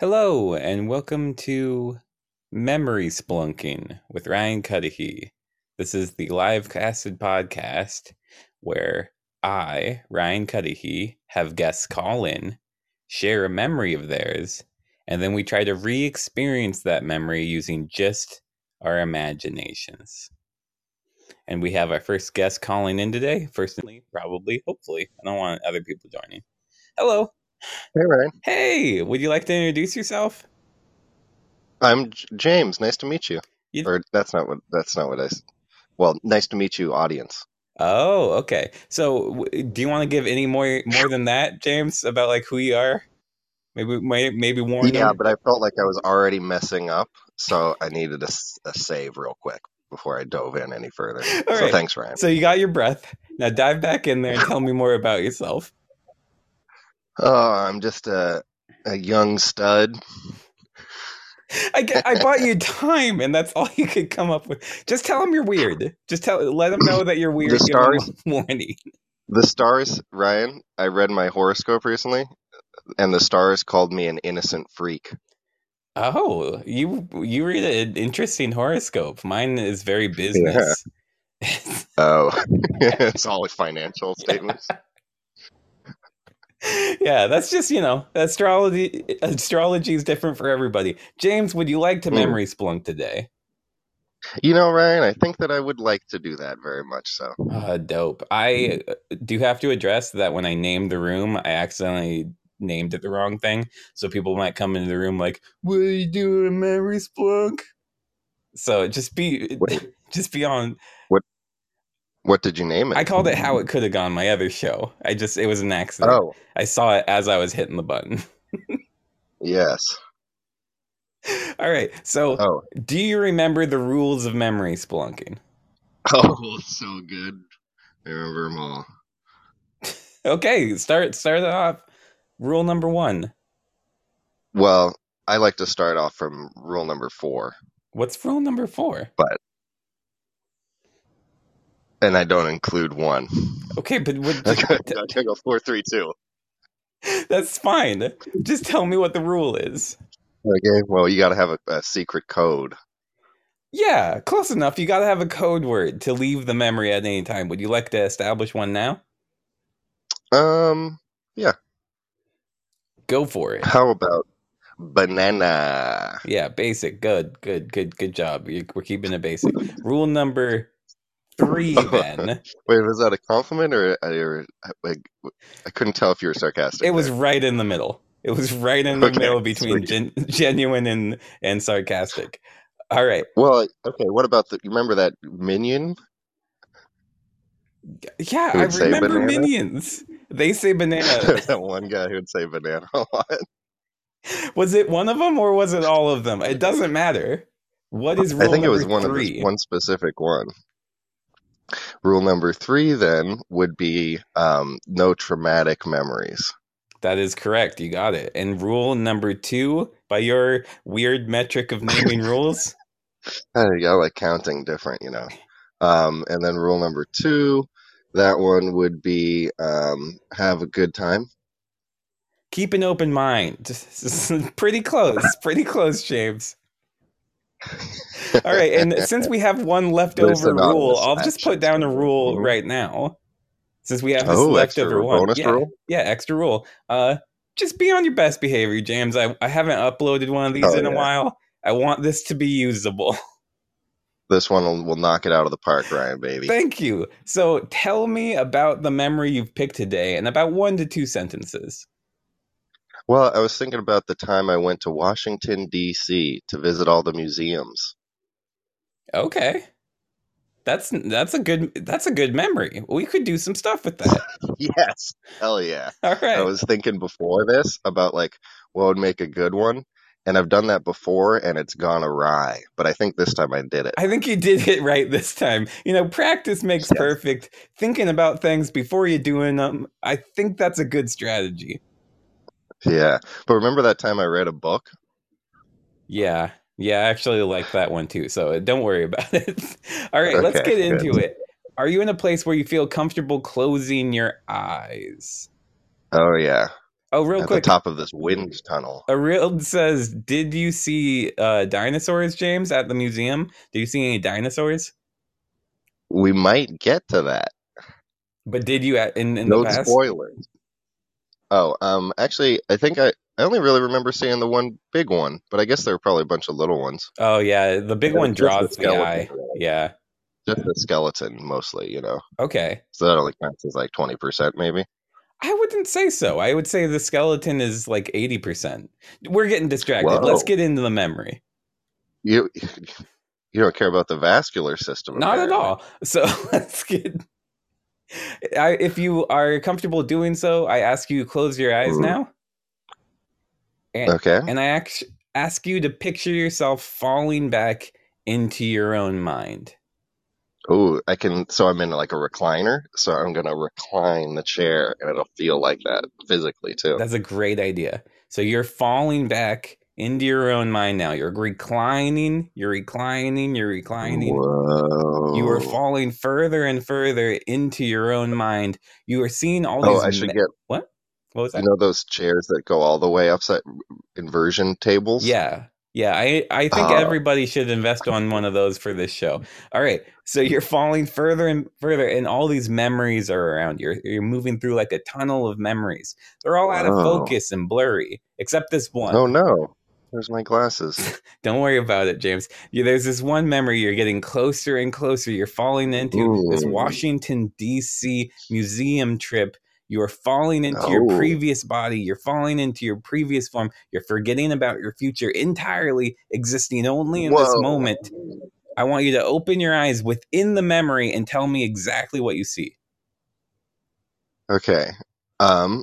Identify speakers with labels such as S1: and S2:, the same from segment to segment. S1: Hello, and welcome to Memory Splunking with Ryan Cudahy. This is the live casted podcast where I, Ryan Cudahy, have guests call in, share a memory of theirs, and then we try to re experience that memory using just our imaginations. And we have our first guest calling in today. First, probably, hopefully. I don't want other people joining. Hello.
S2: Hey, Ryan.
S1: Hey, would you like to introduce yourself?
S2: I'm J- James. Nice to meet you.
S1: You-
S2: Or that's not what that's not what I. s- Well, nice to meet you, audience.
S1: Oh, okay. So, w- eh, do you want to give any more more than that, James, about like who you are? Maybe may- maybe warn
S2: Yeah,
S1: them.
S2: but I felt like I was already messing up, so I needed a, s- a save real quick before I dove in any further.
S1: All
S2: So
S1: right.
S2: thanks, Ryan.
S1: So you got your breath. Now dive back in there and tell me more about yourself.
S2: Oh, I'm just a a young stud.
S1: I get, I bought you time, and that's all you could come up with. Just tell them you're weird. Just tell let them know that you're
S2: The
S1: weird. Give them
S2: stars,
S1: a warning.
S2: the stars, Ryan. I read my horoscope recently, and the stars called me an innocent freak.
S1: Oh, you you read an interesting horoscope. Mine is very
S2: Yeah.
S1: business.
S2: Oh, it's all financial statements.
S1: yeah, that's just you know astrology. Astrology is different for everybody. James, would you like to
S2: Hmm.
S1: memory splunk today?
S2: You know, Ryan, I think that I would like to do that very much so.
S1: Uh, dope. I uh, do have to address that when I named the room, I accidentally named it the wrong thing, so people might come into the room like, "What are you doing, memory splunk?" So just be,
S2: Wait,
S1: just be on.
S2: what what did you name it?
S1: I called it "How It Could Have Gone," my other show. I just it was an accident.
S2: Oh,
S1: I saw it as I was hitting the button.
S2: yes.
S1: All right. So,
S2: Oh.
S1: do you remember the rules of memory spelunking?
S2: Oh, so good. I remember them all.
S1: Okay, start start it off. Rule number one.
S2: Well, I like to start off from rule number 4,
S1: What's rule number four?
S2: but and I don't include one.
S1: Okay, but what,
S2: I
S1: just,
S2: gotta
S1: t-
S2: I gotta go four, three, two.
S1: that's fine. Just tell me what the rule is.
S2: Okay. Well, you gotta have a, a secret code.
S1: Yeah, close enough. You got to have a code word to leave the memory at any time. Would you like to establish one now?
S2: Um, yeah.
S1: Go for it.
S2: How about banana?
S1: Yeah, basic. Good, good, good, good job. You- We're keeping it basic. Rule number three, then.
S2: Wait, was that a compliment or, or like, I couldn't tell if you were sarcastic
S1: It was
S2: there.
S1: right in the middle. It was right in the
S2: Okay,
S1: middle between
S2: sweet.
S1: gen- genuine and and sarcastic. All right.
S2: Well, okay. What about the? You remember that minion
S1: Yeah,
S2: who
S1: I
S2: would say
S1: remember
S2: banana?
S1: minions. They say banana.
S2: There's that one guy who would say banana a lot.
S1: Was it one of them or was it all of them? It doesn't matter. What is
S2: I
S1: rule
S2: think it was
S1: number
S2: one of this
S1: three?
S2: one specific one. Rule number three then would be um, no traumatic memories.
S1: That is correct. You got it. And rule number two, by your weird metric of naming rules,
S2: I think I like counting different, you know. Um, and then rule number two, that one would be um, have a good time.
S1: keep an open mind. pretty close. Pretty close, James. All right, and since we have one
S2: They're
S1: leftover rule,
S2: synonymous,
S1: I'll just put
S2: actually.
S1: down a
S2: So.
S1: rule
S2: Mhm.
S1: right now. Since we have this
S2: Oh, extra
S1: leftover
S2: ru-
S1: one.
S2: bonus
S1: Yeah,
S2: rule.
S1: yeah, extra rule. Uh just be on your best behavior, James. I, I haven't uploaded one of these
S2: Oh
S1: in a
S2: yeah,
S1: while. I want this to be usable.
S2: this one will, will knock it out of the park, Ryan, baby.
S1: Thank you. So tell me about the memory you've picked today and about one to two sentences.
S2: Well, I was thinking about the time I went to Washington, D.C. to visit all the museums.
S1: Okay. That's that's a good that's a good memory. We could do some stuff with that.
S2: Yes. Hell yeah.
S1: All
S2: I
S1: right.
S2: was thinking before this about like what would make a good one. And I've done that before and it's gone awry. But I think this time I did it.
S1: I think you did it right this time. You know, practice makes
S2: Yes.
S1: perfect. Thinking about things before you doing them, I think that's a good strategy.
S2: Yeah. But remember that time I read a book?
S1: Yeah. Yeah, I actually like that one too. So uh, don't worry about it. All right, let's
S2: Okay,
S1: get
S2: good.
S1: into it. Are you in a place where you feel comfortable closing your eyes?
S2: Oh yeah.
S1: Oh, real
S2: at
S1: quick,
S2: the top of this wind tunnel.
S1: A real says, "Did you see uh, dinosaurs, James, at the museum? Did you see any dinosaurs?
S2: We might get to that.
S1: But did you at, in in
S2: no
S1: the past?
S2: spoilers. Oh, um, actually, I think I, I only really remember seeing the one big one, but I guess there were probably a bunch of little ones.
S1: Oh yeah, the big
S2: Yeah,
S1: one
S2: it's just
S1: draws
S2: the
S1: the
S2: skeleton,
S1: eye.
S2: right?
S1: Yeah.
S2: Just the skeleton, mostly, you know.
S1: Okay.
S2: So that only counts as like 20%, maybe.
S1: I wouldn't say so. I would say the skeleton is like eighty percent. We're getting distracted. Let's
S2: Whoa.
S1: get into the memory.
S2: You, you don't care about the vascular system.
S1: Not at
S2: apparently.
S1: all. So let's get. I, if you are comfortable doing so, I ask you close your eyes
S2: Mhm.
S1: now. And,
S2: Okay.
S1: and I act- ask you to picture yourself falling back into your own mind.
S2: Oh, I can. So I'm in like a recliner. So I'm going to recline the chair and it'll feel like that physically too.
S1: That's a great idea. So you're falling back into your own mind now. You're reclining, you're reclining, you're reclining.
S2: Whoa.
S1: You are falling further and further into your own mind. You are seeing all these.
S2: Oh, I should
S1: ma-
S2: get,
S1: what? What was
S2: you
S1: that?
S2: know, those chairs that go all the way upside inversion tables?
S1: Yeah. Yeah, I, I think
S2: Oh.
S1: everybody should invest on one of those for this show. All right. So you're falling further and further, and all these memories are around you. You're, you're moving through like a tunnel of memories. They're all out of
S2: Wow.
S1: focus and blurry, except this one.
S2: Oh no. There's my glasses.
S1: Don't worry about it, James. You, there's this one memory you're getting closer and closer. You're falling into this
S2: Mm.
S1: Washington, D.C. museum trip. You're falling into your
S2: Oh.
S1: previous body. You're falling into your previous form. You're forgetting about your future entirely, existing only in this
S2: Whoa.
S1: moment. I want you to open your eyes within the memory and tell me exactly what you see.
S2: Okay. Um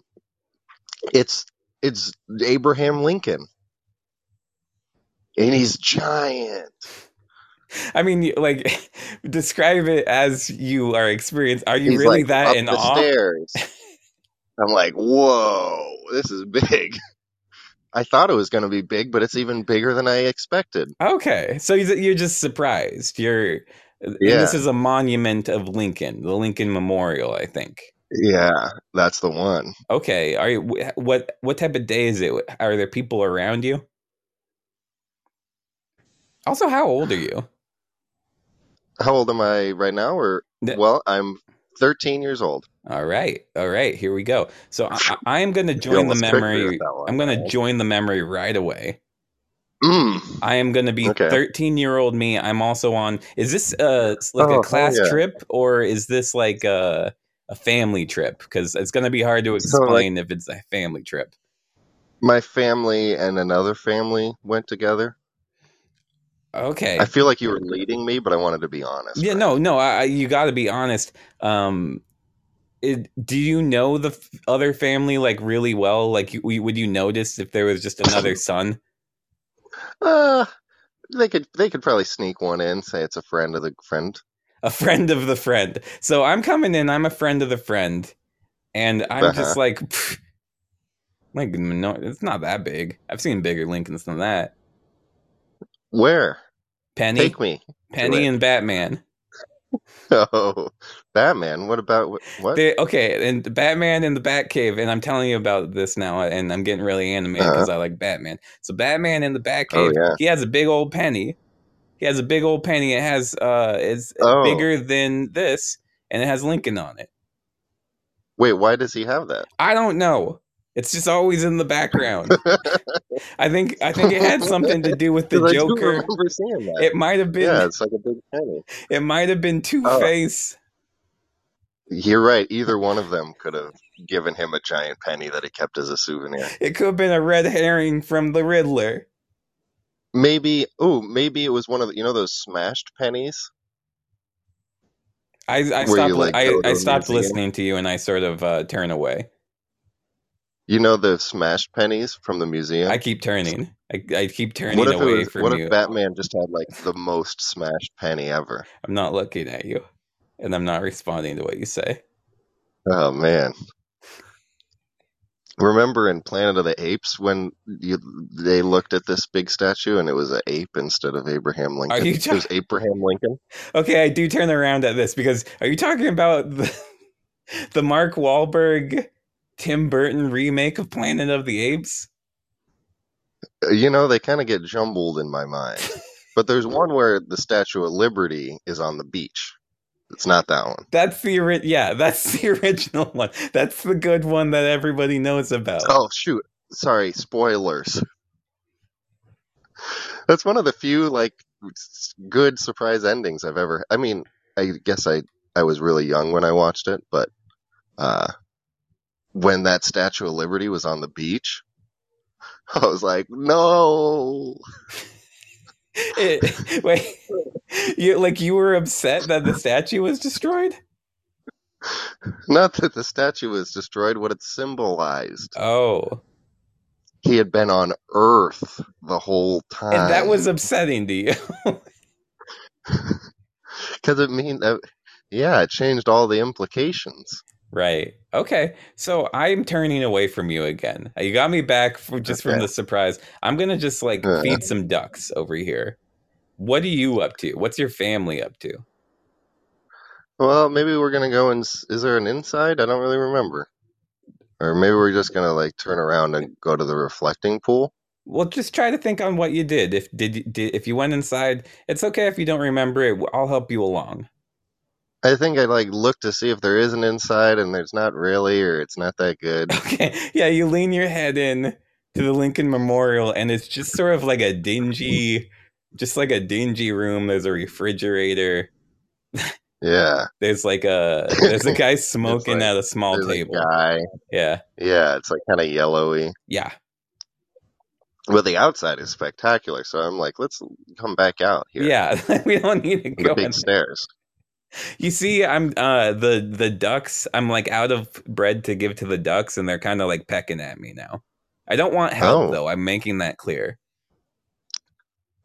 S2: it's it's Abraham Lincoln. And he's giant.
S1: I mean, you- like, describe it as you are experienced. Are you
S2: he's
S1: really
S2: like
S1: that
S2: up
S1: in
S2: the
S1: awe?
S2: stairs. I'm like, whoa, this is big. I thought it was gonna be big, but it's even bigger than I expected.
S1: Okay, so you're you're just surprised. You're, and this
S2: Yeah.
S1: is a monument of Lincoln, the Lincoln Memorial, I think.
S2: Yeah, that's the one.
S1: Okay, are you wh- what? What type of day is it? Are there people around you? Also, how old are you?
S2: How old am I right now? Or
S1: Th-
S2: well, I'm thirteen years old.
S1: All right, all right, here we go. So I, I I am going to
S2: You
S1: join the
S2: almost tricked me with
S1: memory.
S2: that one.
S1: I'm going to join the memory right away.
S2: Mm.
S1: I am going to be
S2: Okay.
S1: 13 year old me. I'm also on. Is this uh s- like
S2: Oh,
S1: a
S2: hell
S1: class
S2: yeah.
S1: trip or is this like a a family trip? Because it's going to be hard to
S2: So like
S1: explain if it's a family trip.
S2: my family and another family went together. I
S1: Okay.
S2: feel like you were leading me, but I wanted to be honest.
S1: Yeah.
S2: Right?
S1: No. No. I, I you got to be honest. Um. It, do you know the f- other family like really well? Like, you, would you notice if there was just another son?
S2: Uh, they could they could probably sneak one in, say it's a friend of the friend.
S1: A friend of the friend. So I'm coming in. I'm a friend of the friend, and I'm just
S2: Uh-huh.
S1: like. pfft, Like no, it's not that big. I've seen bigger Lincolns than that.
S2: Where?
S1: Penny,
S2: Take me to
S1: Penny,
S2: it.
S1: and Batman.
S2: Oh, Batman. What about wh- what?
S1: They okay, and Batman and the Batcave. And I'm telling you about this now, and I'm getting really animated
S2: Uh-huh.
S1: because I like Batman. So Batman in the
S2: Oh
S1: Batcave.
S2: yeah.
S1: He has a big old penny. He has a big old penny. It has uh, it's
S2: Oh
S1: bigger than this, and it has Lincoln on it.
S2: wait, why does he have that?
S1: I don't know. It's just always in the background. I think I think it had something to do with the
S2: Because I do
S1: Joker.
S2: remember seeing that.
S1: It might have been
S2: Yeah, it's like a big penny.
S1: it might have been Two
S2: Oh,
S1: Face.
S2: you're right. Either one of them could have given him a giant penny that he kept as a souvenir.
S1: It could have been a red herring from the Riddler.
S2: Maybe, oh, maybe it was one of the, you know those smashed pennies
S1: I, I
S2: where you
S1: stopped li-
S2: like
S1: I,
S2: go to
S1: I
S2: a
S1: stopped
S2: museum.
S1: listening to you and I sort of uh, turn away.
S2: You know the smashed pennies from the
S1: I
S2: museum.
S1: keep turning. I, I keep
S2: What
S1: turning
S2: if it
S1: away
S2: was?
S1: from
S2: What if
S1: you.
S2: Batman just had like the most smashed penny ever?
S1: I'm not looking at you, and I'm not responding to what you say.
S2: Oh man! Remember in Planet of the Apes when you they looked at this big statue and it was an ape instead of Abraham
S1: Are
S2: Lincoln.
S1: you
S2: It was
S1: talking?
S2: Abraham Lincoln.
S1: Okay, I do turn around at this because are you talking about the, the Mark Wahlberg Tim Burton remake of Planet of the Apes?
S2: Uh, You know, they kind of get jumbled in my mind. But there's one where the Statue of Liberty is on the beach. It's not that one.
S1: That's the ori- yeah, that's the original one. That's the good one that everybody knows about.
S2: Oh shoot. Sorry, spoilers. That's one of the few like s- good surprise endings I've ever I mean, I guess I I was really young when I watched it, but uh when that Statue of Liberty was on the beach, I was like, "No."
S1: It- wait, you like you were upset that the statue was destroyed?
S2: Not that the statue was destroyed, what it symbolized.
S1: Oh,
S2: He had been on Earth the whole time.
S1: and that was upsetting to you.
S2: because it mean uh, yeah, it changed all the implications.
S1: Right. Okay. So I'm turning away from you again. You got me back for, just from
S2: Okay.
S1: the surprise. I'm gonna just like
S2: Uh.
S1: feed some ducks over here. What are you up to? What's your family up to?
S2: Well, maybe we're gonna go and s- is there an inside? I don't really remember. Or maybe we're just gonna like turn around and go to the reflecting pool.
S1: Well, just try to think on what you did. If did, did if you went inside, it's okay if you don't remember it. I'll help you along.
S2: I think I like look to see if there is an inside, and there's not really, or it's not that good.
S1: Okay. Yeah, you lean your head in to the Lincoln Memorial, and it's just sort of like a dingy, just like a dingy room. There's a refrigerator.
S2: Yeah,
S1: There's like a there's a guy smoking
S2: like-
S1: at a small
S2: there's
S1: table.
S2: a guy.
S1: Yeah.
S2: Yeah, it's like kind of yellowy,
S1: Yeah.
S2: but the outside is spectacular. So I'm like, let's come back out here.
S1: Yeah. we don't need to
S2: on the
S1: go in.
S2: big stairs.
S1: You see, I'm uh the the ducks, I'm like out of bread to give to the ducks and they're kinda like pecking at me now. I don't want help
S2: Oh.
S1: though, I'm making that clear.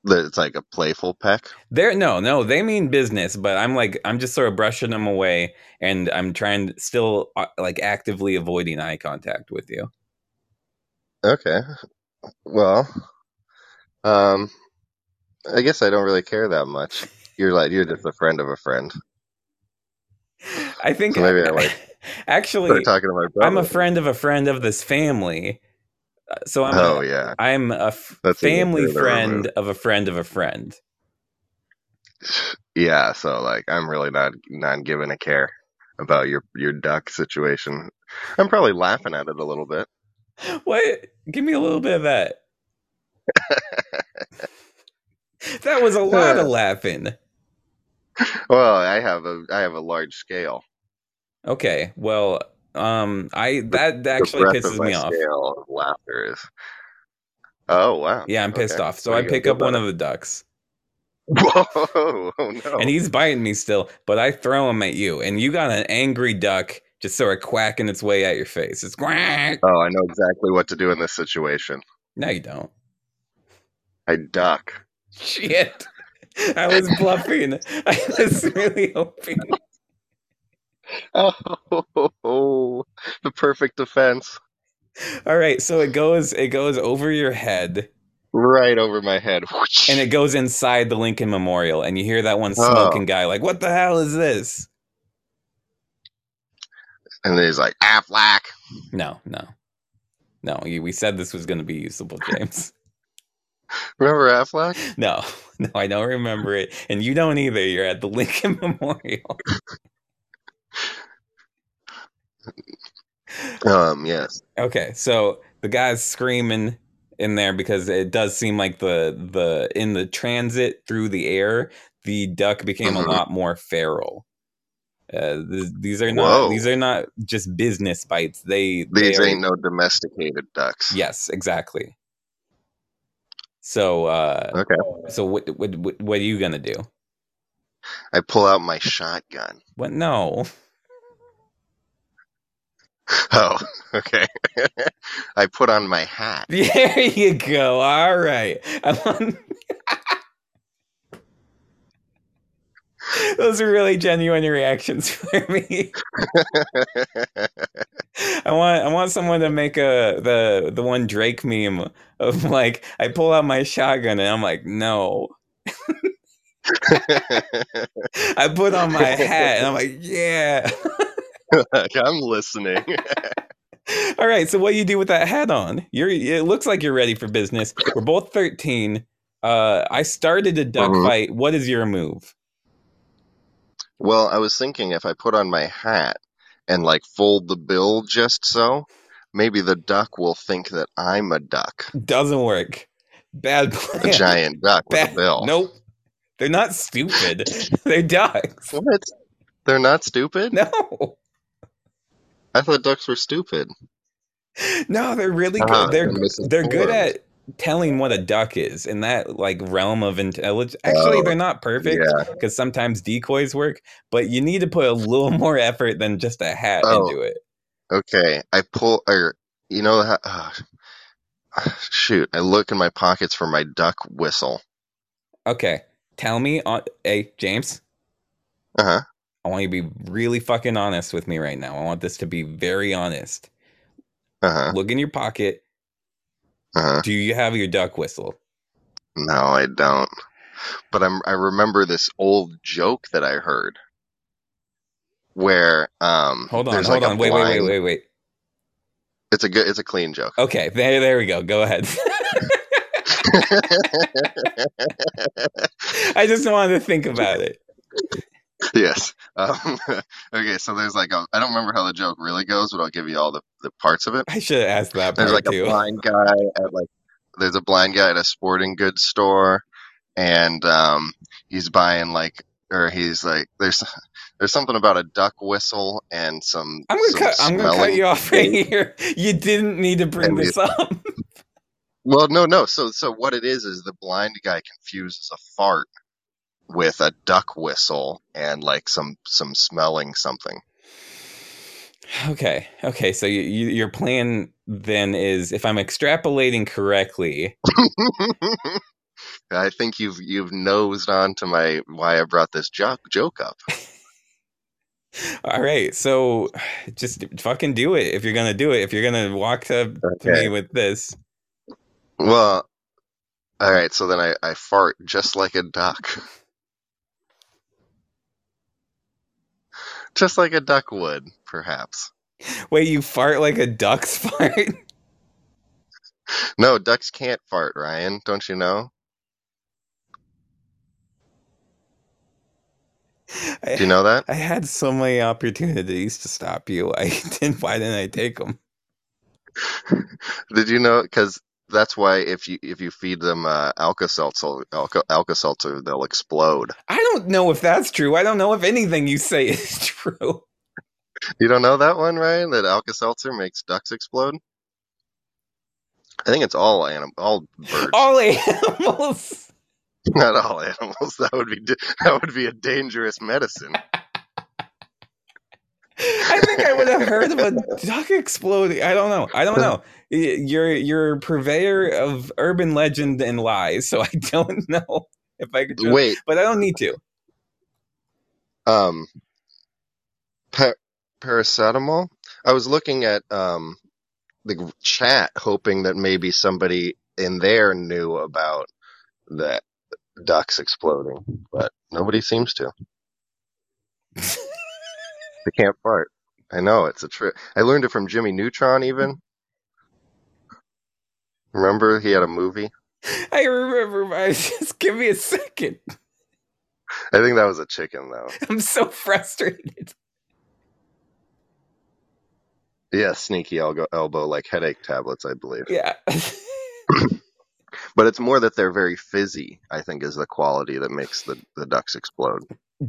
S2: That It's like a playful peck.
S1: They're no, no, they mean business, but I'm like I'm just sort of brushing them away and I'm trying still uh, like actively avoiding eye contact with you.
S2: Okay. Well, um, I guess I don't really care that much. You're like you're just a friend of a friend.
S1: I think
S2: So maybe I, like,
S1: actually
S2: Start talking to my brother.
S1: I'm a friend of a friend of this family. Uh, So I'm a,
S2: Oh yeah.
S1: I'm a f-
S2: That's even
S1: family
S2: further
S1: friend
S2: removed.
S1: of a friend of a friend.
S2: Yeah. So like I'm really not not giving a care about your your duck situation. I'm probably laughing at it a little bit.
S1: What? Give me a little bit of that. that was a lot of laughing.
S2: Well, I have a I have a large scale.
S1: Okay. Well, um, I that, that
S2: The
S1: actually
S2: breadth of
S1: pisses
S2: my
S1: me off.
S2: Scale of laughter is. Oh wow.
S1: Yeah, I'm pissed off. So
S2: What are
S1: I
S2: you gonna
S1: pick
S2: do
S1: up one
S2: about
S1: of the ducks,
S2: Whoa! Oh no.
S1: and he's biting me still, but I throw him at you, and you got an angry duck just sort of quacking its way at your face. It's quack.
S2: Oh, I know exactly what to do in this situation.
S1: No, you don't.
S2: I duck.
S1: Shit. I was bluffing. I was really hoping.
S2: Oh, the perfect defense.
S1: All right, so it goes it goes over your head
S2: Right over my head.
S1: and it goes inside the Lincoln Memorial and you hear that one smoking guy like, "What the hell is this?"
S2: And then he's like, Aflac.
S1: No, no. No, you, we said this was going to be usable, James.
S2: Remember Aflac?
S1: No. No, I don't remember it and you don't either. You're at the Lincoln Memorial.
S2: Um, yes.
S1: Okay, so the guy's screaming in there because it does seem like the the in the transit through the air, the duck became
S2: Mhm.
S1: a lot more feral. Uh, th- these are not
S2: Whoa.
S1: these are not just business bites. They they
S2: These
S1: are-
S2: ain't no domesticated ducks.
S1: yes, exactly. So uh,
S2: Okay.
S1: so what what what what are you gonna do?
S2: I pull out my shotgun.
S1: What no?
S2: Oh, okay. I put on my hat.
S1: There you go. All right. I want. Those are really genuine reactions for me. I want I want someone to make a the the one Drake meme of like I pull out my shotgun and I'm like no
S2: like,
S1: I put on my hat and I'm like yeah
S2: I'm listening.
S1: All right. So what do you do with that hat on? You're. It looks like you're ready for business. We're both thirteen. Uh, I started a duck
S2: Mhm.
S1: fight. What is your move?
S2: Well, I was thinking if I put on my hat and like fold the bill just so, maybe the duck will think that I'm a duck,
S1: Doesn't work. Bad plan.
S2: a giant duck with a
S1: Bad-
S2: bill.
S1: Nope. They're not stupid. They're ducks.
S2: What? They're not stupid?
S1: No.
S2: I thought ducks were stupid.
S1: No, they're really good.
S2: Ah,
S1: they're
S2: I'm
S1: they're good
S2: misinformed.
S1: at telling what a duck is in that like realm of intelligence. Actually,
S2: Oh,
S1: they're not perfect
S2: Yeah.
S1: because sometimes decoys work, but you need to put a little more effort than just a hat
S2: Oh.
S1: into it.
S2: Okay. I pull, or, you know, how- ah, shoot, I look in my pockets for my duck whistle.
S1: Okay, tell me on. Hey, James,
S2: Uh huh.
S1: I want you to be really fucking honest with me right now. I want this to be very honest.
S2: Uh huh.
S1: Look in your pocket.
S2: Uh huh.
S1: Do you have your duck whistle?
S2: No, I don't. But I'm I remember this old joke that I heard where um
S1: Hold on,
S2: there's
S1: hold
S2: like
S1: on.
S2: a
S1: Wait,
S2: blind
S1: wait, wait, wait, wait.
S2: it's a good it's a clean joke.
S1: Okay, there, there we go. Go ahead. I just wanted to think about it.
S2: yes. Um, okay, so there's like a I don't remember how the joke really goes, but I'll give you all the, the parts of it.
S1: I should have asked that part
S2: There's like a
S1: too.
S2: blind guy at like there's a blind guy at a sporting goods store and um he's buying like or he's like there's there's something about a duck whistle and some
S1: I'm gonna
S2: some
S1: cut. I'm gonna cut
S2: smelling
S1: you off right here. You didn't need to bring
S2: And
S1: this up.
S2: Well, no, no. So, so what it is is the blind guy confuses a fart with a duck whistle and like some some smelling something.
S1: Okay. Okay. So you, you, your plan then is, if I'm extrapolating correctly,
S2: I think you've you've nosed on to my why I brought this joke joke up.
S1: all right. So just fucking do it. If you're gonna do it, if you're gonna walk to, to me with this,
S2: Well, all right. So then I I fart just like a duck, just like a duck would, perhaps.
S1: wait, you fart like a duck's fart.
S2: No, ducks can't fart, Ryan. Don't you know? Do you
S1: I,
S2: know that?
S1: I had so many opportunities to stop you. I didn't. Why didn't I take them?
S2: Did you know? Because that's why if you if you feed them uh, Alka Seltzer, Alka, Alka Seltzer, they'll explode.
S1: I don't know if that's true. I don't know if anything you say is true.
S2: You don't know that one, Ryan? That Alka Seltzer makes ducks explode. I think it's all anim- all birds,
S1: All animals.
S2: not all animals. That would be d that would be a dangerous medicine.
S1: I think I would have heard of a duck exploding. I don't know. I don't know. Y- You're you're a purveyor of urban legend and lies, so I don't know if I could. Trust,
S2: Wait,
S1: but I don't need to.
S2: um, pa- paracetamol. I was looking at um the chat, hoping that maybe somebody in there knew about that ducks exploding, but nobody seems to. They can't fart. I know it's a trick. I learned it from Jimmy Neutron. Even remember he had a movie.
S1: I remember. I just give me a second.
S2: I think that was a chicken though.
S1: I'm so frustrated.
S2: Yeah, sneaky elbow, elbow like headache tablets, I believe.
S1: Yeah.
S2: But it's more that they're very fizzy. I think is the quality that makes the, the ducks explode.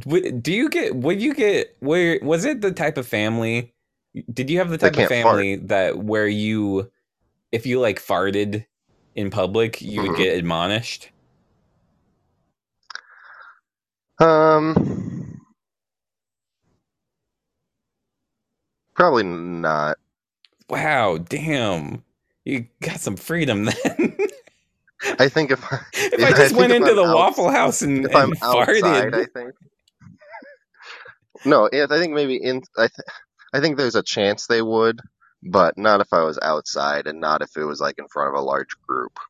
S1: Would- Do you get? Would you get? Where was it? The type of family? Did you have the
S2: They
S1: type of
S2: can't fart.
S1: family that where you, if you like farted in public, you would
S2: Mhm.
S1: get admonished?
S2: Um, probably not.
S1: Wow, damn. You got some freedom then.
S2: I think if
S1: if
S2: Yeah,
S1: I
S2: I
S1: just
S2: think
S1: went
S2: if
S1: into
S2: I'm
S1: the
S2: outs-
S1: Waffle House and,
S2: if I'm
S1: and
S2: outside, I
S1: farted.
S2: think. No, if- I think maybe in. I, th- I think there's a chance they would, but not if I was outside and not if it was like in front of a large group.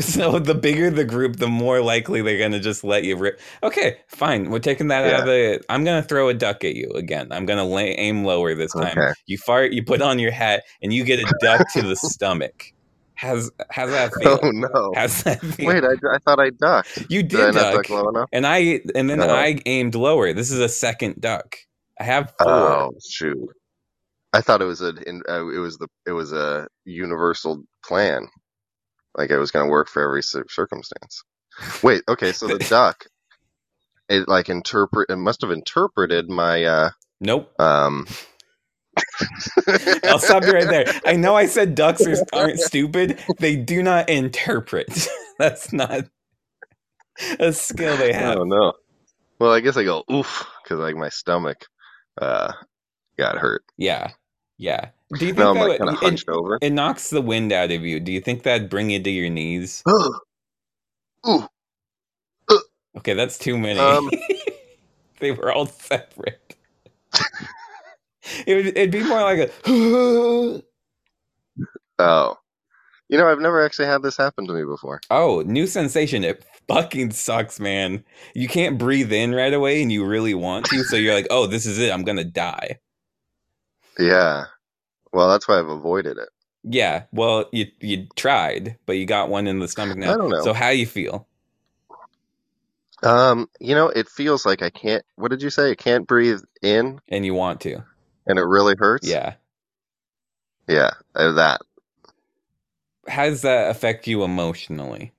S1: So the bigger the group, the more likely they're gonna just let you rip. Okay, fine. We're taking that out of the. I'm gonna throw a duck at you again. I'm gonna lay, aim lower this time.
S2: Okay.
S1: You fart. You put on your hat, and you get a duck to the stomach. How's how's that feel?
S2: Oh no!
S1: How's that feel?
S2: Wait, I, I thought I ducked.
S1: you
S2: Did I
S1: did
S2: not
S1: duck,
S2: duck low enough?
S1: and I and then
S2: No.
S1: I aimed lower. This is a second duck. I have four.
S2: Oh shoot! I thought it was a in, uh, it was the it was a universal plan, like it was going to work for every cir- circumstance. Wait, okay, so the duck, it like interpret it must have interpreted my uh
S1: Nope.
S2: um.
S1: I'll stop you right there. I know I said ducks are, aren't stupid. They do not interpret. That's not a skill they have.
S2: Oh no! Well, I guess I go oof because like my stomach uh got hurt.
S1: Yeah, yeah. Do you think
S2: Now I'm
S1: that
S2: like kind of
S1: would, it,
S2: hunched over.
S1: it knocks the wind out of you? Do you think that'd bring you to your knees?
S2: Ooh,
S1: Okay, that's too many.
S2: Um.
S1: they were all separate. it would, it'd be more like a.
S2: oh. You know, I've never actually had this happen to me before.
S1: Oh, new sensation. It fucking sucks, man. You can't breathe in right away and you really want to. So you're like, oh, this is it. I'm going to die.
S2: Yeah. Well, that's why I've avoided it.
S1: Yeah. Well, you you tried, but you got one in the stomach now.
S2: I don't know.
S1: So how you feel?
S2: Um, you know, it feels like I can't. What did you say? I can't breathe in,
S1: And you want to.
S2: and it really hurts.
S1: Yeah.
S2: Yeah. uh, That.
S1: How does that affect you emotionally?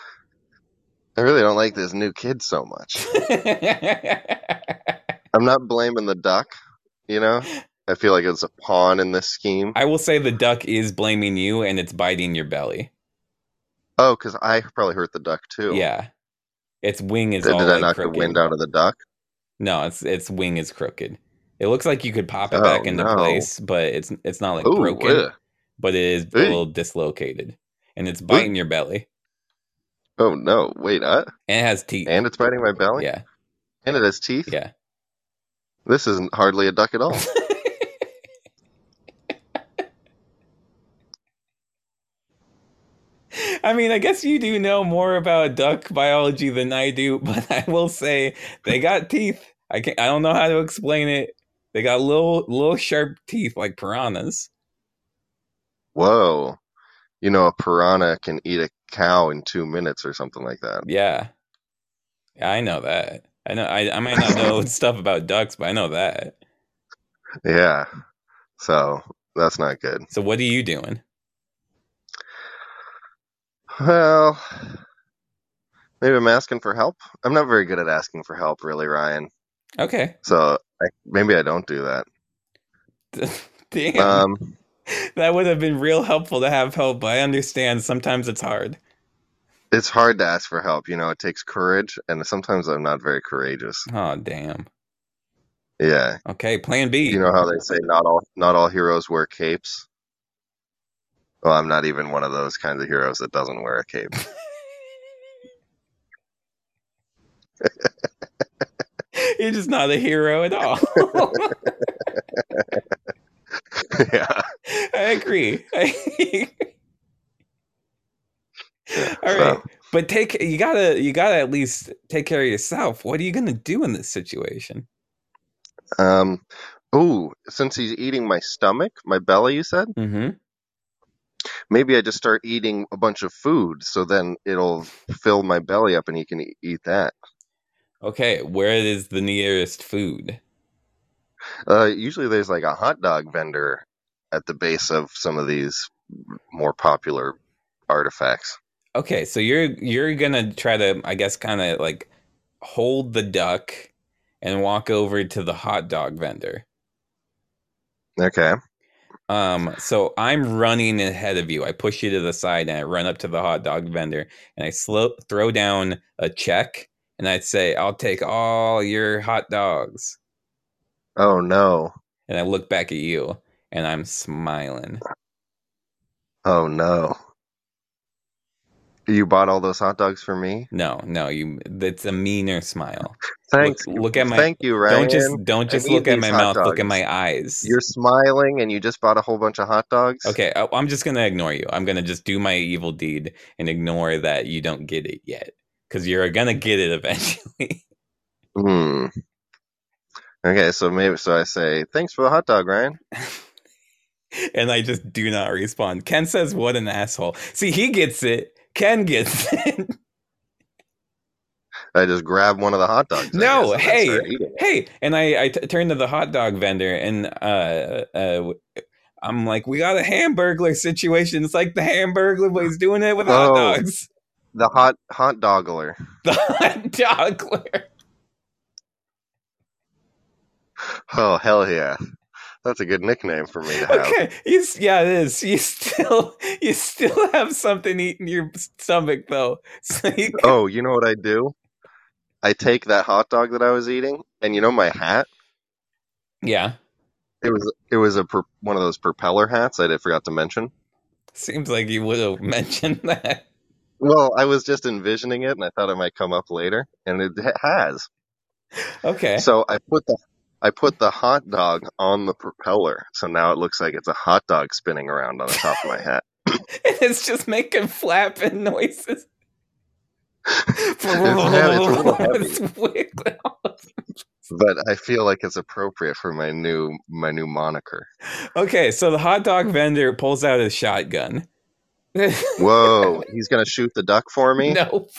S2: I really don't like this new kid so much.
S1: I
S2: I'm not blaming the duck. You know, I feel like it's a pawn in this scheme.
S1: will say the duck is blaming you and it's biting your belly.
S2: Oh, because I probably hurt the duck too.
S1: Yeah. Its wing is
S2: Did,
S1: all
S2: did I
S1: like
S2: knock
S1: crooked.
S2: the wind out of the duck?
S1: No, it's its wing is crooked. It looks like you could pop it
S2: Oh,
S1: back into
S2: no.
S1: place, but it's it's not like
S2: Ooh,
S1: broken,
S2: ugh.
S1: but it is a
S2: Ew.
S1: little dislocated, and it's biting your belly,
S2: Oh no! Wait, uh,
S1: and it has teeth.
S2: and it's biting my belly,
S1: yeah,
S2: and it has teeth.
S1: yeah.
S2: This isn't hardly a duck at all.
S1: I mean, I guess you do know more about duck biology than I do, but I will say they got teeth. I can not I don't know how to explain it. They got little little sharp teeth like piranhas.
S2: Whoa. You know, a piranha can eat a cow in two minutes or something like that.
S1: Yeah. Yeah, I know that. I know I, I might not know stuff about ducks, but I know that.
S2: Yeah. So that's not good.
S1: So what are you doing?
S2: Well, maybe I'm asking for help. I'm not very good at asking for help, really, Ryan.
S1: Okay.
S2: So I, maybe I don't do that.
S1: Damn.
S2: Um,
S1: that would have been real helpful to have help, but I understand sometimes it's hard.
S2: it's hard to ask for help. You know, it takes courage, and sometimes I'm not very courageous.
S1: Oh damn.
S2: Yeah.
S1: Okay, plan B.
S2: You know how they say not all not all heroes wear capes. Well, I'm not even one of those kinds of heroes that doesn't wear a cape.
S1: You're just not a hero at all.
S2: yeah.
S1: I agree.
S2: Yeah,
S1: All
S2: so-
S1: right. But take you gotta you gotta at least take care of yourself. What are you gonna do in this situation?
S2: Um, ooh, since he's eating my stomach, my belly, you said,
S1: Mm-hmm.
S2: maybe I just start eating a bunch of food, so then it'll fill my belly up and he can e- eat that.
S1: Okay, where is the nearest food?
S2: Uh, usually there's like a hot dog vendor at the base of some of these more popular artifacts.
S1: Okay, so you're you're gonna try to, I guess, kind of like hold the duck and walk over to the hot dog vendor.
S2: Okay.
S1: Um, so I'm running ahead of you. I push you to the side and I run up to the hot dog vendor and I slow throw down a check and I say, "I'll take all your hot dogs."
S2: Oh no.
S1: And I look back at you and I'm smiling.
S2: Oh no. You bought all those hot dogs for me?
S1: No, no, you. That's a meaner smile.
S2: Thanks.
S1: Look, look at my.
S2: Thank you, Ryan.
S1: Don't just don't just
S2: need
S1: look at
S2: these
S1: my
S2: hot
S1: mouth. Look at
S2: dogs.
S1: my eyes.
S2: You're smiling and you just bought a whole bunch of hot dogs.
S1: okay. I, I'm just gonna ignore you. I'm gonna just do my evil deed and ignore that you don't get it yet, because you're gonna get it eventually.
S2: Hmm. Okay, so maybe so I say, thanks for the hot dog, Ryan.
S1: and I just do not respond. Ken says, "What an asshole." See, he gets it. Ken gets it.
S2: I just grab one of the hot dogs. I
S1: No,
S2: guess, and I
S1: hey,
S2: start eating it.
S1: hey and i i t- turned to the hot dog vendor and uh uh w- i'm like we got a hamburglar situation it's like the hamburglar but he's doing it with hot
S2: Oh.
S1: dogs
S2: the hot hot dogler.
S1: the hot dogler
S2: Oh hell yeah, that's a good nickname for me to have.
S1: okay you s- yeah it is you still you still have something eating your stomach though so you can,
S2: Oh, you know what I do? I take that hot dog that I was eating, and you know my hat.
S1: yeah
S2: It was it was a per, one of those propeller hats I did, forgot to mention.
S1: seems like you would have mentioned that
S2: Well, I was just envisioning it, and I thought it might come up later, and it ha- has.
S1: okay
S2: So I put the I put the hot dog on the propeller, so now it looks like it's a hot dog spinning around on the top of my hat.
S1: and it's just making flapping noises it's
S2: heavy, it's a little heavy.
S1: wiggling.
S2: But I feel like it's appropriate for my new my new moniker.
S1: Okay, so the hot dog
S2: Hmm.
S1: vendor pulls out his shotgun.
S2: Whoa, he's gonna shoot the duck for me.
S1: nope.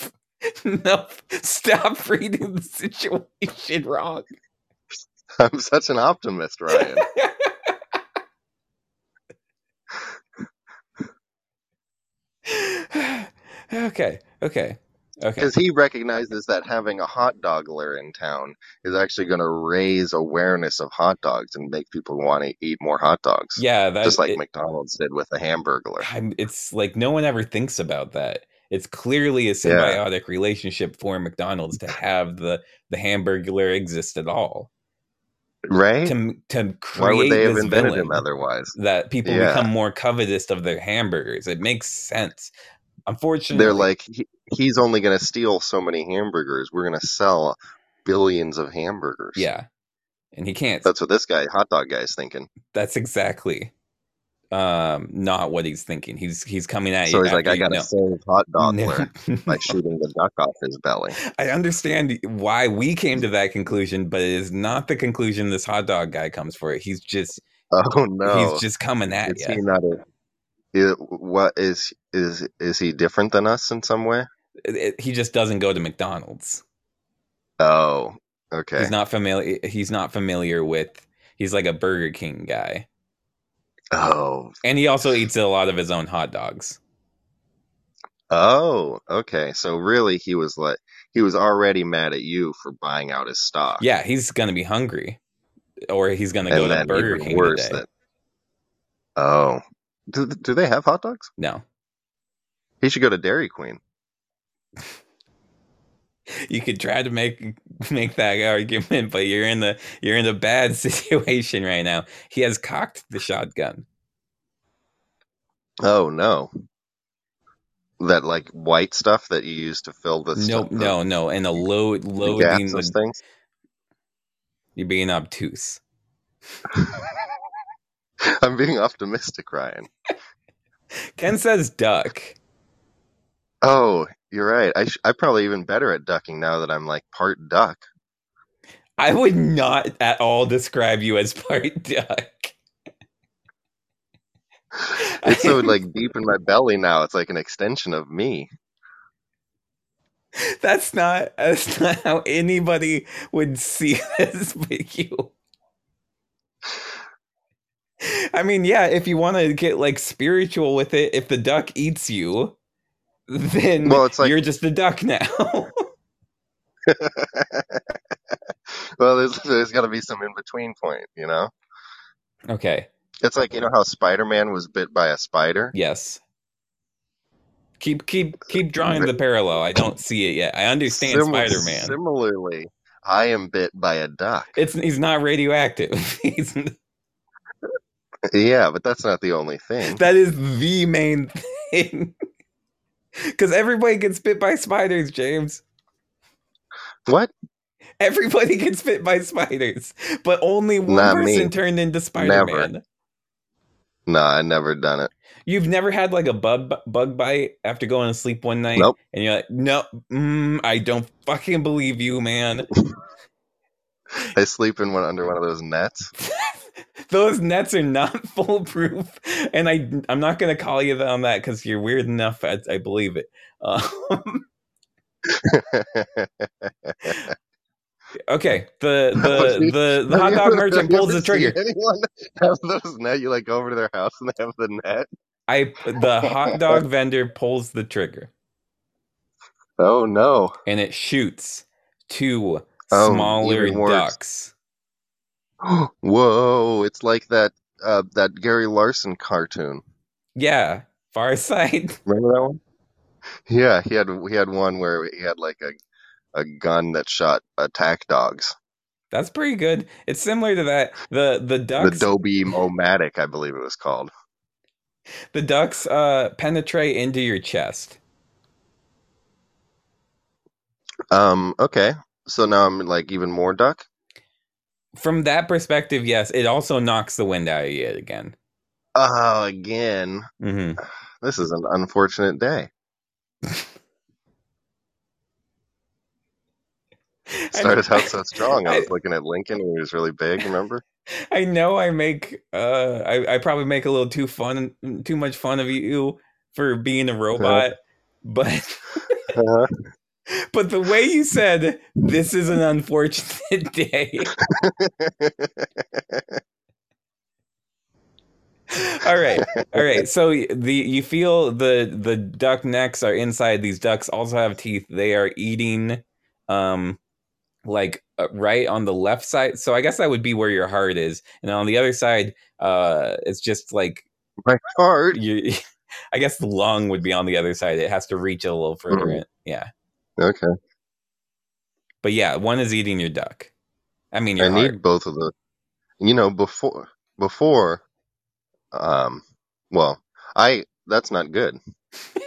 S1: Nope. Stop reading the situation wrong.
S2: I'm such an optimist, Ryan.
S1: okay, okay, okay.
S2: because he recognizes that having a hot dogler in town is actually going to raise awareness of hot dogs and make people want to eat more hot dogs.
S1: Yeah, that,
S2: just like
S1: it-
S2: McDonald's did with the hamburglar.
S1: I'm- it's like no one ever thinks about that. It's clearly a symbiotic relationship for McDonald's to have the the hamburglar exist at all.
S2: Right?
S1: To to
S2: Hmm. Why
S1: create
S2: would they have
S1: this
S2: invented
S1: villain.
S2: him otherwise?
S1: that people
S2: Yeah.
S1: become more covetous of their hamburgers. It makes sense. Unfortunately,
S2: They're like, he, he's only going to steal so many hamburgers. We're going to sell billions of hamburgers.
S1: yeah, and he can't. That's,
S2: That's what this guy, hot dog guy, is thinking.
S1: exactly um, not what he's thinking. He's he's coming at
S2: So
S1: you.
S2: he's like,
S1: after
S2: I
S1: you-
S2: got to
S1: no.
S2: save hot dogler
S1: No.
S2: by shooting the duck off his belly.
S1: I understand why we came to that conclusion, but it is not the conclusion this hot dog guy comes for. He's just
S2: Oh, no.
S1: he's just coming at
S2: Is he
S1: you.
S2: not a, i- what is is is he different than us in some way?
S1: It- it- He just doesn't go to McDonald's.
S2: Oh, okay.
S1: He's not familiar. He's not familiar with. He's like a Burger King guy,
S2: oh,
S1: and he also eats a lot of his own hot dogs.
S2: oh, okay. So really, he was like he was already mad at you for buying out his stock.
S1: Yeah, he's gonna be hungry, or he's gonna
S2: and
S1: go to
S2: then
S1: Burger
S2: even
S1: King
S2: worse
S1: today.
S2: that. Oh, do do they have hot dogs?
S1: No,
S2: He should go to Dairy Queen.
S1: you could try to make make that argument, but you're in the you're in a bad situation right now. He has cocked the shotgun.
S2: Oh no, that like white stuff that you use to fill the
S1: No,
S2: stuff, the-
S1: no, no, and a load
S2: the, gas
S1: loading.
S2: those
S1: The,
S2: things.
S1: you're being obtuse.
S2: I'm being optimistic, Ryan.
S1: Ken says duck.
S2: Oh, you're right. I sh- I'm probably even better at ducking now that I'm like part duck.
S1: I would not at all describe you as part duck.
S2: It's so like deep in my belly now. It's like an extension of me.
S1: that's not that's not how anybody would see this but you. I mean, yeah, if you want to get like spiritual with it, if the duck eats you, then
S2: Well, it's like-
S1: you're just a duck now.
S2: Well, there's there's got to be some in between point, you know.
S1: okay.
S2: It's like you know how Spider Man was bit by a spider.
S1: Yes. Keep keep keep drawing the parallel. I don't see it yet. I understand
S2: Sim-
S1: Spider-Man.
S2: Similarly, I am bit by a duck.
S1: it's he's not radioactive. He's-
S2: yeah, but that's not the only thing.
S1: that is the main thing. Because everybody gets bit by spiders, James.
S2: What?
S1: Everybody gets bit by spiders, but only one
S2: Not me.
S1: person turned into Spider Man.
S2: No, I never done it.
S1: You've never had like a bug bug bite after going to sleep one night,
S2: Nope.
S1: and you're like, "No, mm, I don't fucking believe you, man."
S2: I sleep in one under one of those nets.
S1: Those nets are not foolproof, and I I'm not gonna call you that on that because you're weird enough. I, I believe it. Um, okay, the the the, the hot dog merchant pulls the trigger.
S2: Anyone have those net? You like go over to their house and they have the net.
S1: I the hot dog vendor pulls the trigger
S2: Oh no!
S1: and it shoots two
S2: Oh,
S1: smaller
S2: even worse.
S1: ducks.
S2: Whoa! It's like that uh, that Gary Larson cartoon.
S1: Yeah, far side.
S2: Remember that one? Yeah, he had he had one where he had like a a gun that shot attack dogs.
S1: That's pretty good. It's similar to that. The the ducks
S2: The Dobie Momatic, I believe it was called.
S1: the ducks uh penetrate into your chest.
S2: Um. Okay. So now I'm like even more duck.
S1: From that perspective, yes, it also knocks the wind out of you again.
S2: Oh, again.
S1: hmm
S2: This is an unfortunate day. Started out so strong. I was looking at Lincoln when he was really big. Remember?
S1: I know I make uh I, I probably make a little too fun too much fun of you for being a robot, but
S2: Uh-huh.
S1: but the way you said this is an unfortunate day. all right. All right. So the you feel the the duck necks are inside these ducks also have teeth. They are eating um like uh, right on the left side. So I guess that would be where your heart is. And on the other side uh it's just like
S2: My heart.
S1: you I guess the lung would be on the other side. It has to reach a little further in. Yeah.
S2: Okay.
S1: But yeah, one is eating your duck. I mean your
S2: I
S1: heart.
S2: need both of the. You know, before before, um, well, I that's not good.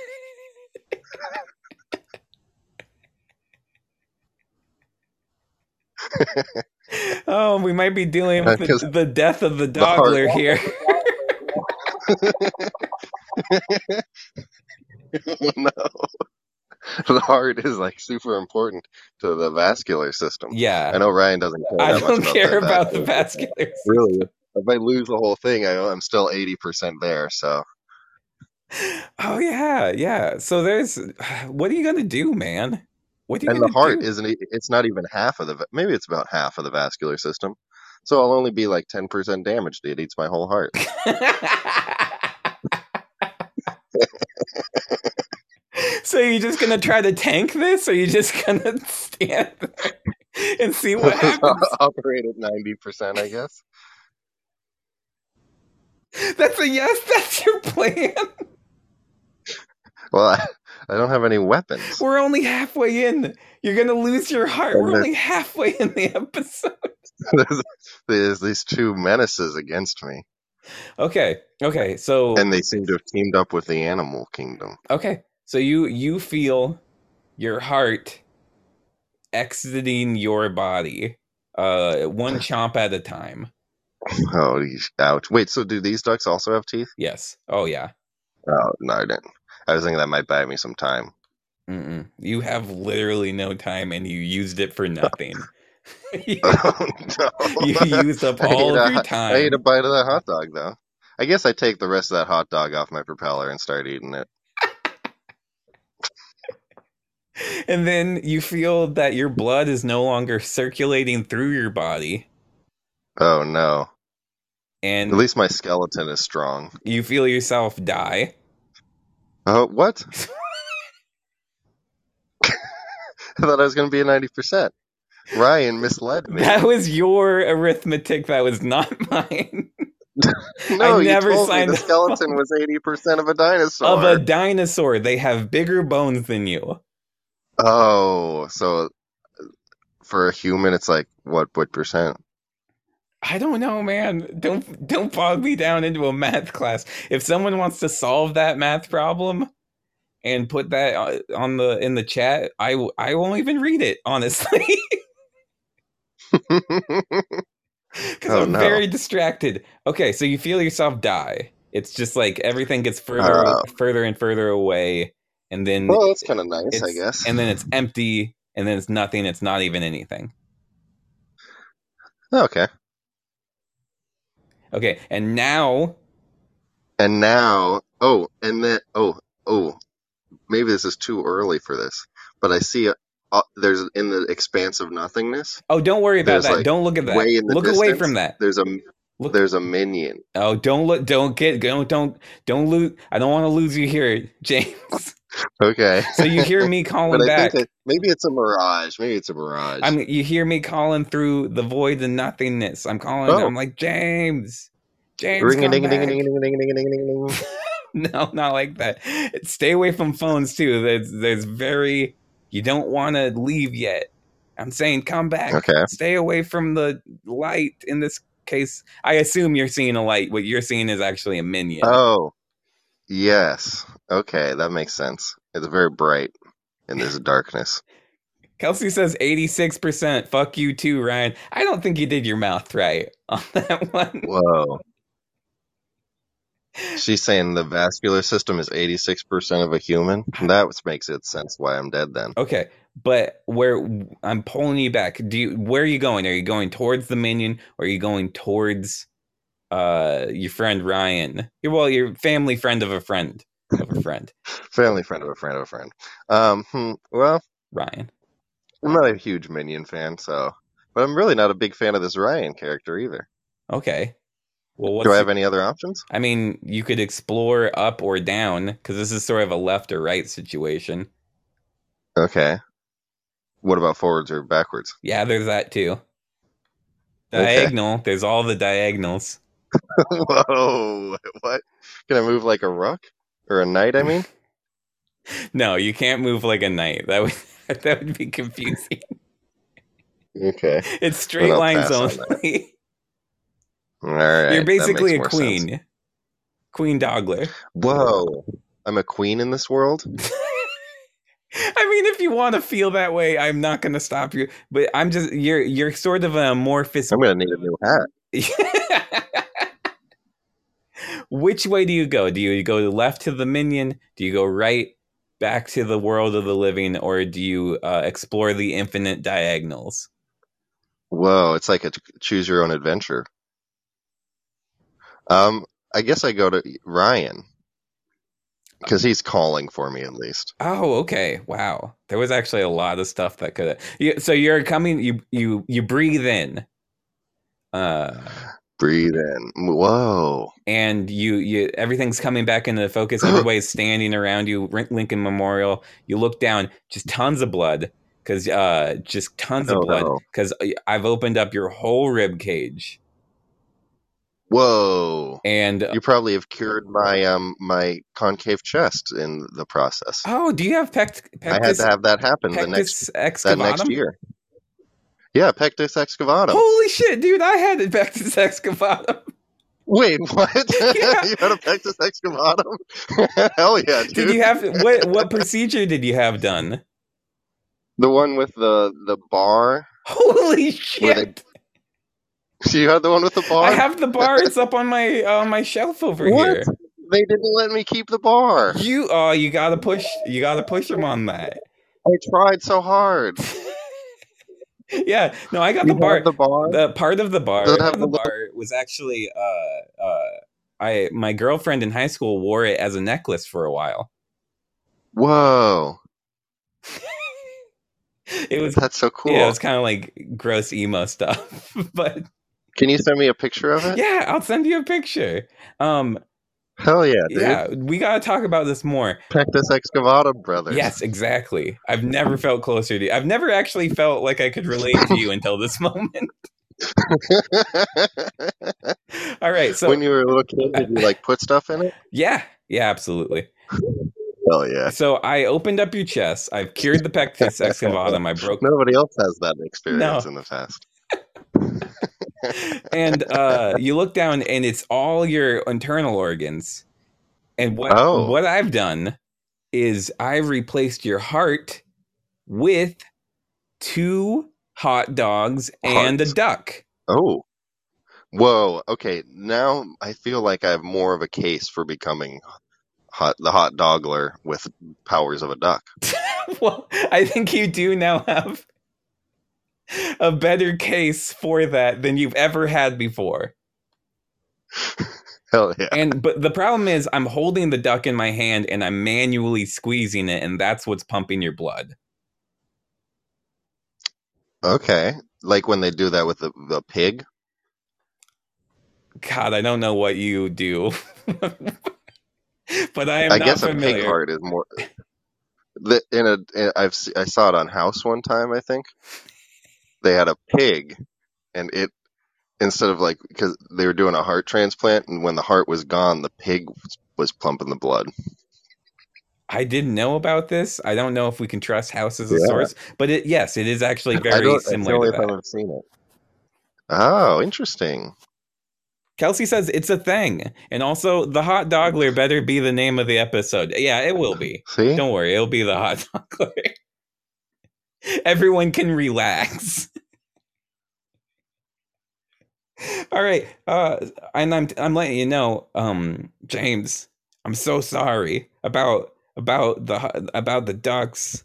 S1: oh, we might be dealing with
S2: Uh, 'cause
S1: the, the death of the
S2: heart-
S1: dogler here.
S2: no. The heart is like super important to the vascular system. I
S1: yeah.
S2: know Ryan doesn't care.
S1: I
S2: that much
S1: don't care
S2: that,
S1: about the
S2: but
S1: vascular.
S2: Really, if I lose the whole thing, I, I'm still eighty percent there. So
S1: Oh yeah, yeah. So there's what are you gonna do, man? What are you
S2: and the
S1: gonna
S2: heart
S1: do?
S2: isn't. e- It's not even half of the. va- Maybe it's about half of the vascular system. So I'll only be like ten percent damaged. It eats my whole heart.
S1: so you're just gonna try to tank this or you just gonna stand there and see what happens?
S2: Operate at ninety percent, I guess.
S1: That's a yes, that's your plan.
S2: Well, I, I don't have any weapons.
S1: We're only halfway in. You're gonna lose your heart.
S2: And
S1: We're
S2: the-
S1: only halfway in the episode.
S2: There's, there's these two menaces against me,
S1: Okay. Okay. So
S2: and they seem to have teamed up with the animal kingdom.
S1: okay. So you you feel your heart exiting your body, uh, one chomp at a time.
S2: Oh, geez, ouch! Wait, so do these ducks also have teeth?
S1: Yes. Oh yeah.
S2: Oh no, I didn't. I was thinking that might buy me some time.
S1: Mm-mm. You have literally no time, and you used it for nothing. you,
S2: oh no!
S1: you used up
S2: I
S1: all
S2: ate
S1: of
S2: a-
S1: your
S2: I ate
S1: time.
S2: a bite of that hot dog though. I guess I take the rest of that hot dog off my propeller and start eating it.
S1: and then you feel that your blood is no longer circulating through your body,
S2: Oh no!
S1: and
S2: At least my skeleton is strong.
S1: you feel yourself die.
S2: Oh what? I thought I was going to be a ninety percent. Ryan misled me.
S1: That was your arithmetic. That was not mine.
S2: No,
S1: I
S2: you
S1: never
S2: told me
S1: signed
S2: the
S1: up.
S2: skeleton was eighty percent of a dinosaur.
S1: Of a dinosaur, they have bigger bones than you.
S2: Oh, so for a human, it's like what what percent?
S1: I don't know, man. Don't don't bog me down into a math class. If someone wants to solve that math problem and put that on- on the in the chat, I w- I won't even read it honestly because
S2: Oh,
S1: I'm
S2: no.
S1: very distracted. Okay, so you feel yourself die. It's just like everything gets further
S2: Oh.
S1: further and further away, and then
S2: well, that's kind of nice, I
S1: it's-
S2: guess.
S1: and then it's empty, and then it's nothing. It's not even anything.
S2: okay.
S1: Okay, and now
S2: And now, oh, and then, oh, oh, maybe this is too early for this, but I see a, uh, there's in the expanse of nothingness.
S1: Oh, don't worry about
S2: There's,
S1: that.
S2: like,
S1: don't look at that.
S2: way in the
S1: look away
S2: distance.
S1: from that.
S2: There's a
S1: Look.
S2: there's a minion.
S1: Oh, don't look. Don't get. Don't don't don't lose. I don't want to lose you here, James.
S2: Okay.
S1: so you hear me
S2: But
S1: calling
S2: I
S1: back.
S2: think that maybe it's a mirage. Maybe it's a mirage.
S1: I'm. You hear me calling through the void and nothingness. I'm calling.
S2: Oh.
S1: I'm like James. James,
S2: Ring a
S1: come
S2: ding a ding a
S1: back.
S2: ding a ding a ding a ding a ding a ding.
S1: No, not like that. Stay away from phones too. There's there's very. You don't want to leave yet. I'm saying come back.
S2: Okay.
S1: Stay away from the light. In this case, I assume you're seeing a light. What you're seeing is actually a minion.
S2: Oh, yes. Okay, that makes sense. It's very bright in this darkness.
S1: Kelsey says 86%. Fuck you too, Ryan. I don't think you did your mouth right on that one.
S2: Whoa. She's saying the vascular system is 86% of a human. That makes it sense why I'm dead then.
S1: Okay, but where I'm pulling you back. Do you where are you going? Are you going towards the minion or are you going towards uh your friend Ryan? Your- Well, your family friend of a friend of a friend,
S2: Family friend of a friend of a friend. Um, hmm, well,
S1: Ryan.
S2: I'm not a huge Minion fan, so. But I'm really not a big fan of this Ryan character either.
S1: Okay. Well, what's
S2: Do I
S1: your-
S2: have any other options?
S1: I mean, you could explore up or down because this is sort of a left or right situation.
S2: Okay. What about forwards or backwards?
S1: Yeah, there's that too.
S2: Okay.
S1: Diagonal. There's all the diagonals.
S2: Whoa! What? Can I move like a rook or a knight? I mean,
S1: No, you can't move like a knight. That would that would be confusing.
S2: okay.
S1: It's straight
S2: Then I'll
S1: lines
S2: pass on
S1: only.
S2: All right.
S1: You're
S2: that makes
S1: basically a
S2: more sense.
S1: queen. Queen Dogler.
S2: Whoa! I'm a queen in this world.
S1: I mean, if you want to feel that way, I'm not going to stop you. But I'm just you're you're sort of an amorphous.
S2: I'm gonna need a new hat.
S1: Which way do you go? Do you go left to the minion? Do you go right back to the world of the living, or do you uh, explore the infinite diagonals?
S2: Whoa! It's like a t- choose your own adventure. Um, I guess I go to Ryan because he's calling for me at least.
S1: Oh, okay. Wow. There was actually a lot of stuff that could have. So you're coming you you you breathe in. Uh
S2: Breathe in. Whoa!
S1: and you you everything's coming back into focus. Everybody's standing around you, Rin- Lincoln Memorial. You look down, just tons of blood cuz uh just tons
S2: Oh,
S1: of blood
S2: no.
S1: cuz I've opened up your whole rib cage
S2: Whoa!
S1: and uh,
S2: You probably have cured my um my concave chest in the process.
S1: oh, do you have pect,
S2: I had
S1: pectus
S2: to have that happen the next
S1: pectus
S2: that next
S1: excavatum? Oh.
S2: year. Yeah, Pectus excavatum.
S1: Holy shit, dude, I had it pectus excavatum.
S2: Wait, what?
S1: Yeah.
S2: you had a Pectus excavatum? Hell yeah, dude.
S1: Did you have what what procedure did you have done?
S2: the one with the the bar?
S1: Holy
S2: Were they
S1: shit!
S2: You had the one with the bar?
S1: I have the bar. It's up on my on my shelf over
S2: what?
S1: here.
S2: They didn't let me keep the bar.
S1: You oh, you gotta push. You gotta push him on that.
S2: I tried so hard.
S1: Yeah, no, I got the
S2: You had
S1: bar.
S2: the bar?
S1: The part of the bar,
S2: Does it have
S1: the
S2: the little-
S1: bar was actually uh uh I my girlfriend in high school wore it as a necklace for a while.
S2: Whoa.
S1: It was
S2: That's so cool.
S1: yeah, it was kind of like gross emo stuff, but
S2: Can you send me a picture of it?
S1: yeah, I'll send you a picture. Um,
S2: Hell yeah, dude.
S1: yeah, we gotta talk about this more.
S2: Pectus excavatum, brothers.
S1: Yes, exactly. I've never felt closer to you. I've never actually felt like I could relate to you until this moment. All right, so
S2: when you were a little kid, did you like put stuff in it?
S1: yeah, yeah, absolutely.
S2: Hell yeah.
S1: So I opened up your chest. I've cured the pectus excavatum. I broke
S2: Nobody else has that experience
S1: No.
S2: in the past.
S1: and uh, you look down, and it's all your internal organs. And what
S2: Oh.
S1: what I've done is I've replaced your heart with two hot dogs and a
S2: Hearts.
S1: duck.
S2: Oh. Whoa. Okay. Now I feel like I have more of a case for becoming hot, the hot dogler with powers of a duck.
S1: well, I think you do now have a better case for that than you've ever had before.
S2: Hell yeah.
S1: And but the problem is I'm holding the duck in my hand and I'm manually squeezing it and that's what's pumping your blood.
S2: Okay. Like when they do that with the, the pig.
S1: God, I don't know what you do. but I am
S2: I
S1: not
S2: guess a pig
S1: familiar.
S2: heart is more. The, in a, in, I've se- I saw it on House one time. I think they had a pig, and it instead of like because they were doing a heart transplant, and when the heart was gone, the pig was- was pumping the blood.
S1: I didn't know about this. I don't know if we can trust house as a
S2: Yeah.
S1: source, but it yes, it is actually
S2: I
S1: very
S2: don't. That's the
S1: similar
S2: only
S1: to
S2: time
S1: that.
S2: I've seen it. Oh, interesting.
S1: Kelsey says it's a thing. And also, the hot dogler better be the name of the episode. Yeah, it will be.
S2: See,
S1: Don't worry, it'll be the hot dogler. Everyone can relax. All right. Uh and I'm I'm letting you know, um, James, I'm so sorry about about the ho- about the ducks,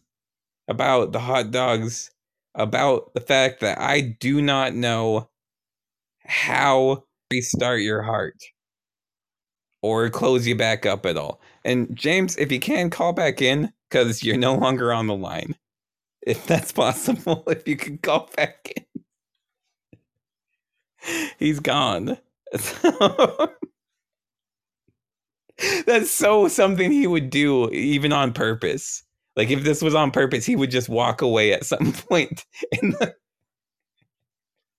S1: about the hot dogs, about the fact that I do not know how to restart your heart. or close you back up at all. And James, if you can, call back in because you're no longer on the line. If that's possible, if you can call back in, he's gone. So- that's so something he would do, even on purpose. Like if this was on purpose, he would just walk away at some point. In the...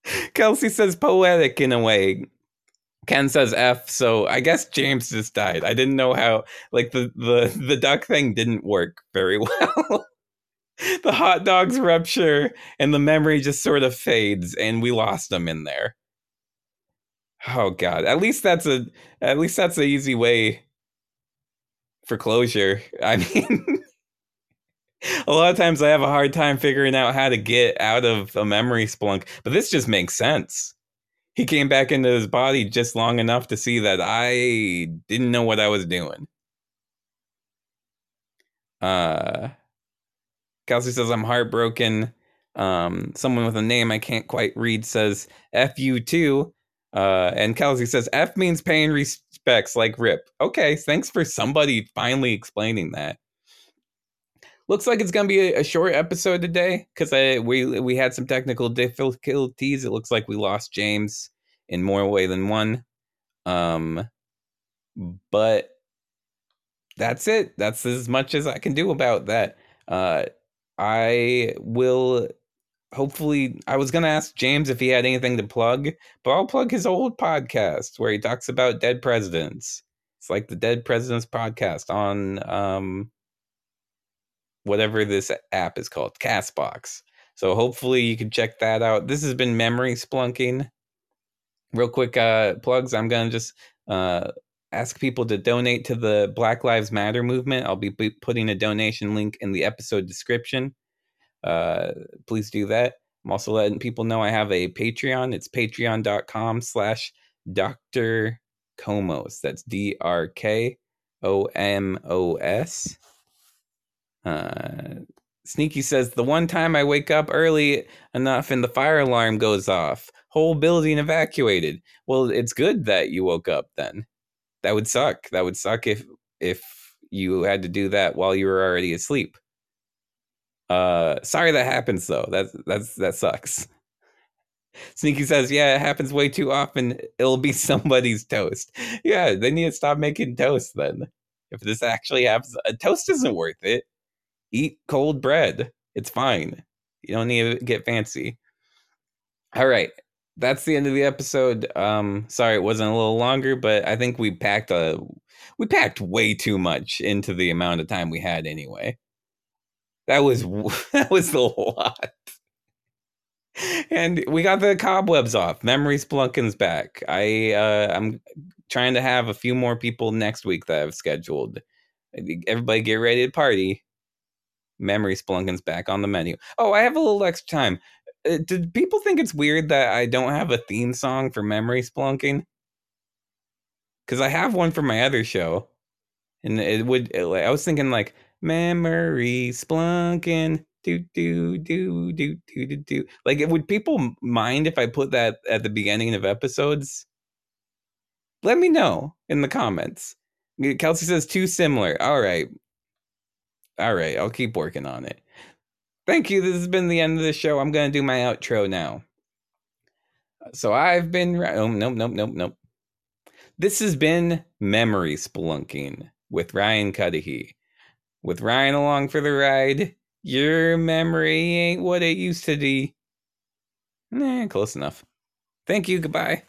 S1: Kelsey says poetic in a way. Ken says F, so I guess James just died. I didn't know how like the the the duck thing didn't work very well. the hot dogs rupture and the memory just sort of fades and we lost them in there. Oh god. At least that's a at least that's an easy way for closure. I mean a lot of times I have a hard time figuring out how to get out of a memory splunk, but this just makes sense he came back into his body just long enough to see that I didn't know what I was doing. Uh Kelsey says I'm heartbroken. Um someone with a name I can't quite read says F you too. Uh and Kelsey says F means paying respects like rip. Okay, thanks for somebody finally explaining that. Looks like it's gonna be a, a short episode today because I we we had some technical difficulties. It looks like we lost James in more way than one. Um, but that's it. That's as much as I can do about that. Uh, I will hopefully. I was gonna ask James if he had anything to plug, but I'll plug his old podcast where he talks about dead presidents. It's like the Dead Presidents podcast on um whatever this app is called, Castbox. So hopefully you can check that out. This has been memory splunking. Real quick uh, plugs. I'm gonna just uh, ask people to donate to the Black Lives Matter movement. I'll be p- putting a donation link in the episode description. Uh, please do that. I'm also letting people know I have a Patreon. It's Patreon.com/slash Doctor Comos. That's D R K O M O S. Uh, Sneaky says the one time I wake up early enough and the fire alarm goes off, whole building evacuated. Well, it's good that you woke up then. That would suck. That would suck if if you had to do that while you were already asleep. Uh, sorry that happens though. That's that's that sucks. Sneaky says, "Yeah, it happens way too often. It'll be somebody's toast. Yeah, they need to stop making toast then. If this actually happens, a toast isn't worth it." eat cold bread. It's fine. You don't need to get fancy. All right. That's the end of the episode. Um sorry it wasn't a little longer, but I think we packed a we packed way too much into the amount of time we had anyway. That was that was a lot. And we got the cobwebs off. Memory Splunkin's back. I uh I'm trying to have a few more people next week that I've scheduled Everybody get ready to party. Memory Spelunkin's back on the menu. Oh, I have a little extra time. Uh, did people think it's weird that I don't have a theme song for Memory Spelunking? Because I have one for my other show, and it would. it- like, I was thinking like Memory Spelunking. Do do do do do do do. Like, it- would people m- mind if I put that at the beginning of episodes? Let me know in the comments. Kelsey says too similar. All right, all right. I'll keep working on it. Thank you. This has been the end of the show. I'm going to do my outro now. So I've been. Ri- Oh, nope, nope, nope, nope. This has been Memory Spelunking with Ryan Cudahy. With Ryan along for the ride, your memory ain't what it used to be. Nah, close enough. Thank you. Goodbye.